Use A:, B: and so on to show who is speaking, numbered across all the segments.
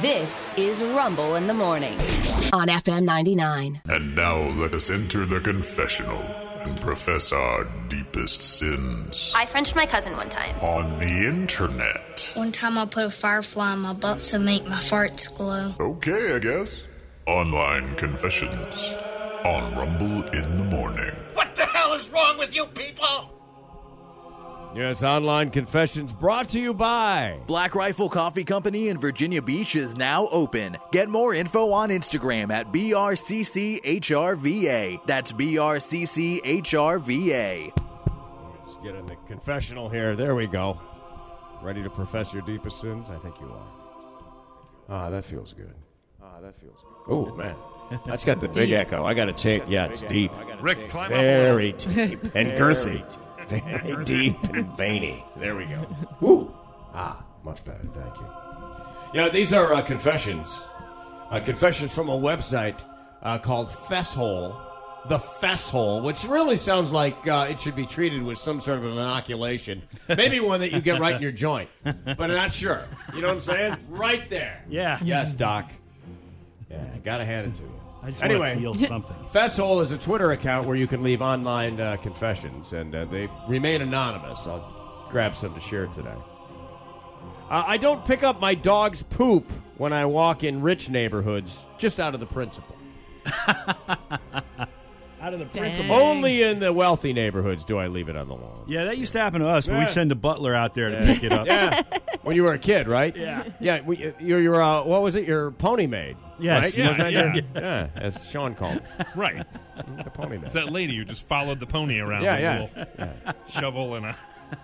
A: This is Rumble in the Morning on FM 99.
B: And now let us enter the confessional and profess our deepest sins
C: I Frenched my cousin one time.
B: on the internet.
D: One time I put a firefly in my butt to make my farts glow.
B: Okay, I guess. Online confessions on Rumble in the Morning.
E: What the hell is wrong with you people?
F: Yes, online confessions brought to you by.
G: Black Rifle Coffee Company in Virginia Beach is now open. Get more info on Instagram at BRCCHRVA. That's BRCCHRVA.
F: Just get in the confessional here. There we go. Ready to profess your deepest sins? I think you are. Ah, that feels good. Ah, that feels good. Oh man, that's got the big echo. I got to change. Yeah, it's deep.
H: Rick, climb up.
F: Very deep and girthy. Very deep and veiny. There we go. Woo! Ah, much better. Thank you. Yeah, these are uh, confessions. Uh, confessions from a website uh, called Fesshole. The Fesshole, which really sounds like uh, it should be treated with some sort of an inoculation. Maybe one that you get right in your joint, but I'm not sure. You know what I'm saying? Right there.
H: Yeah.
F: Yes, Doc. Yeah, I gotta hand it to you.
H: I just
F: anyway,
H: want to feel something.
F: Fesshole is a Twitter account where you can leave online uh, confessions, and uh, they remain anonymous. I'll grab some to share today. Uh, I don't pick up my dog's poop when I walk in rich neighborhoods, just out of the principle.
H: Out of the
I: principle.
F: Only in the wealthy neighborhoods do I leave it on the lawn.
I: Yeah, that used to happen to us, but
F: Yeah.
I: we'd send a butler out there to pick it up.
F: Yeah, when you were a kid, right?
I: Yeah.
F: yeah. We, your your uh, what was it? Your pony maid.
I: Yes,
F: right?
I: yeah,
F: Wasn't that
I: yeah,
F: your- yeah, As Sean called it,
H: Right.
F: the pony maid.
H: It's that lady who just followed the pony around
F: Yeah,
H: with
F: yeah.
H: a little shovel and a.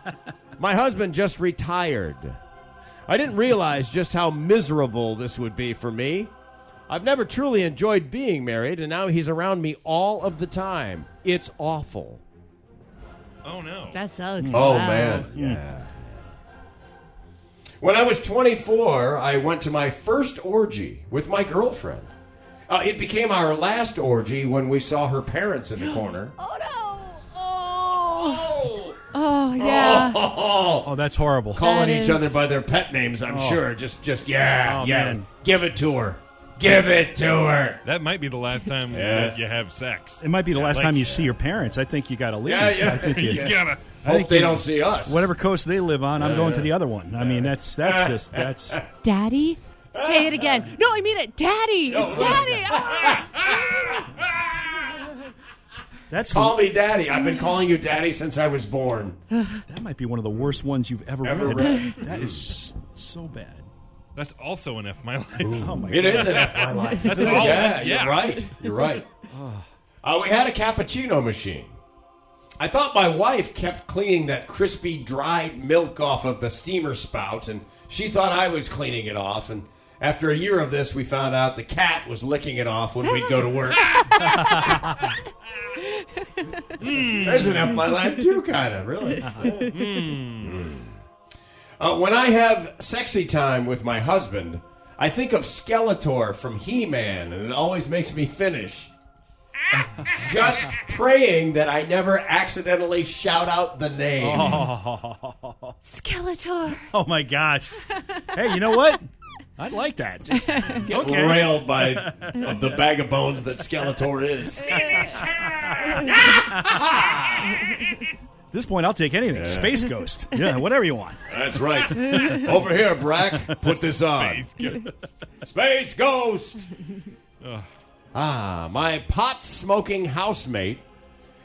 F: My husband just retired. I didn't realize just how miserable this would be for me. I've never truly enjoyed being married, and now he's around me all of the time. It's awful.
H: Oh no.
I: That sucks.
F: Oh,
J: Oh,
F: Yeah. When I was 24, I went to my first orgy with my girlfriend. Uh, it became our last orgy when we saw her parents in the corner.
C: Oh no!
J: Oh yeah.
I: Oh, that's horrible.
F: calling
J: That
F: each
J: is-
F: other by their pet names. I'm sure. Just, just yeah,
I: Oh,
F: yeah.
I: man.
F: Give it to her. Give it to her.
H: That might be the last time
F: Yes.
H: that you have sex.
I: It might be the
H: Yeah,
I: last
H: like-
I: time you see your parents. I think you got to leave.
F: Yeah, yeah.
I: I think
H: you
I: you,
H: gotta.
I: I think
F: Hope they
I: you-
F: don't see us.
I: Whatever coast they live on, I'm going to the other one. I mean, that's that's just that's
J: Daddy? Say it again. No, I mean it. Daddy.
F: No,
J: it's
F: no.
J: daddy. Ah.
I: that's
F: Call me daddy. I've been calling you daddy since I was born.
I: that might be one of the worst ones you've ever,
F: Ever read.
I: That is so bad.
H: That's also an F my life.
I: Oh my
F: It is an F my life.
H: That's all
F: yeah,
H: it-
F: you're
H: yeah.
F: right. You're right. Uh, we had a cappuccino machine. I thought my wife kept cleaning that crispy, dried milk off of the steamer spout, and she thought I was cleaning it off. And after a year of this, we found out the cat was licking it off when we'd go to work. There's an F my life too, kind of really. Uh, when I have sexy time with my husband, I think of Skeletor from He Man, and it always makes me finish. Just praying that I never accidentally shout out the name.
J: Skeletor.
I: Oh my gosh. Hey, you know what? I like that.
F: Get railed by uh, the bag of bones that Skeletor is.
I: At this point, I'll take anything. Space Ghost. Yeah, whatever you want.
F: That's right. Over here, Brack. Put this on. Space Ghost. ah, my pot smoking housemate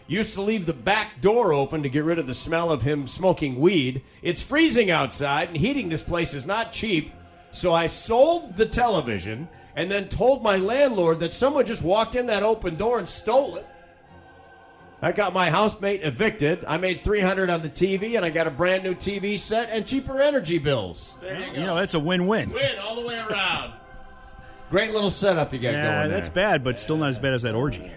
F: used to leave the back door open to get rid of the smell of him smoking weed. It's freezing outside, and heating this place is not cheap. So I sold the television and then told my landlord that someone just walked in that open door and stole it. I got my housemate evicted. I made 300 on the TV and I got a brand new TV set and cheaper energy bills. There you go.
I: You know, that's a win-win.
F: Win all the way around. Great little setup you got
I: Yeah,
F: going.
I: that's
F: there.
I: bad, but still not as bad as that orgy.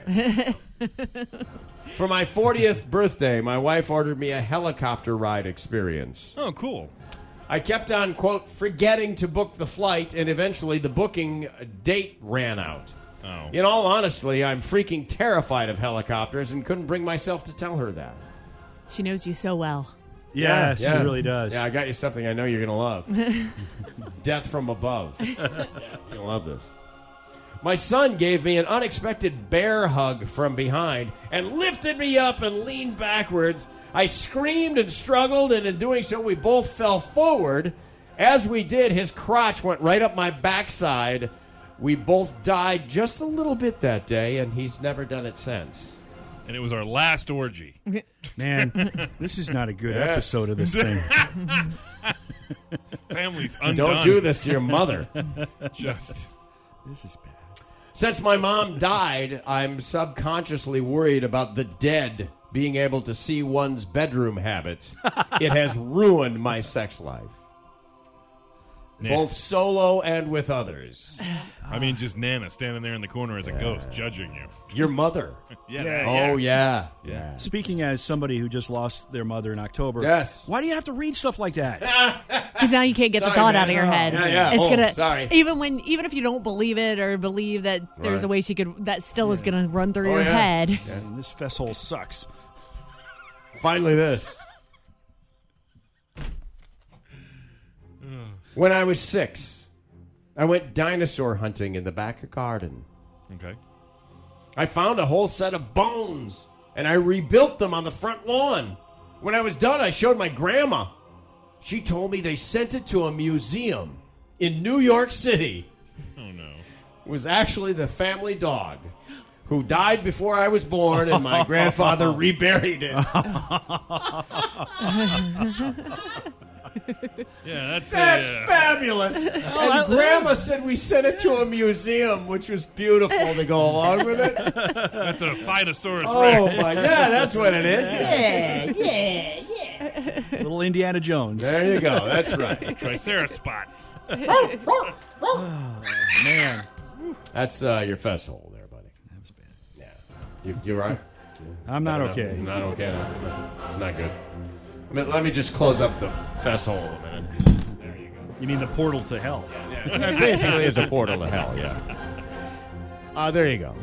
F: For my 40th birthday, my wife ordered me a helicopter ride experience.
H: Oh, cool.
F: I kept on, quote, forgetting to book the flight, and eventually the booking date ran out.
H: Oh.
F: In all honesty, I'm freaking terrified of helicopters and couldn't bring myself to tell her that.
J: She knows you so well.
I: Yeah, she
F: Yeah.
I: really does.
F: Yeah, I got you something I know you're going to love. Death from above. Yeah, you're going to love this. My son gave me an unexpected bear hug from behind and lifted me up and leaned backwards. I screamed and struggled, and in doing so, we both fell forward. As we did, his crotch went right up my backside. We both died just a little bit that day, and he's never done it since.
H: And it was our last orgy.
I: Man, this is not a good
F: Yes.
I: episode of this thing.
H: Family's undone.
F: Don't do this to your mother.
H: Just
I: this is bad.
F: Since my mom died, I'm subconsciously worried about the dead being able to see one's bedroom habits. it has ruined my sex life,
H: Nana.
F: both solo and with others.
H: I mean, just Nana standing there in the corner as a ghost, judging you.
F: Your mother.
H: Yeah.
F: Oh, yeah. Yeah.
I: Speaking as somebody who just lost their mother in October,
F: Yes.
I: Why do you have to read stuff like that?
J: Because now you can't get
F: Sorry,
J: the thought
F: man.
J: out of your
F: Oh,
J: head.
F: yeah, yeah.
J: It's
F: Oh,
J: gonna
F: sorry.
J: even when even if you don't believe it or believe that there's
F: Right.
J: a way she could that still is gonna run through
F: Oh,
J: your
F: yeah.
J: head.
I: Man, this fesshole sucks.
F: Finally, this. when I was six, I went dinosaur hunting in the back garden.
H: Okay.
F: I found a whole set of bones and I rebuilt them on the front lawn. When I was done, I showed my grandma. She told me they sent it to a museum in New York City.
H: Oh no.
F: It was actually the family dog who died before I was born, and my grandfather reburied it.
H: Yeah, that's,
F: That's
H: uh,
F: fabulous. and grandma said we sent it to a museum, which was beautiful to go along with it.
H: that's a Phinosaurus
F: Oh
H: rex.
F: my god, that's what it is.
I: Little Indiana Jones.
F: There you go. That's right.
H: Triceratops.
I: Man,
F: That's uh, your fess hole there, buddy. That was bad. Yeah. You, you right?
I: I'm not okay.
F: No, not okay. No. It's not good. I mean, let me just close up the fess hole a minute. There you go.
I: You mean the portal to hell?
F: Yeah. Basically, it's a portal to hell, yeah. Uh, there you go.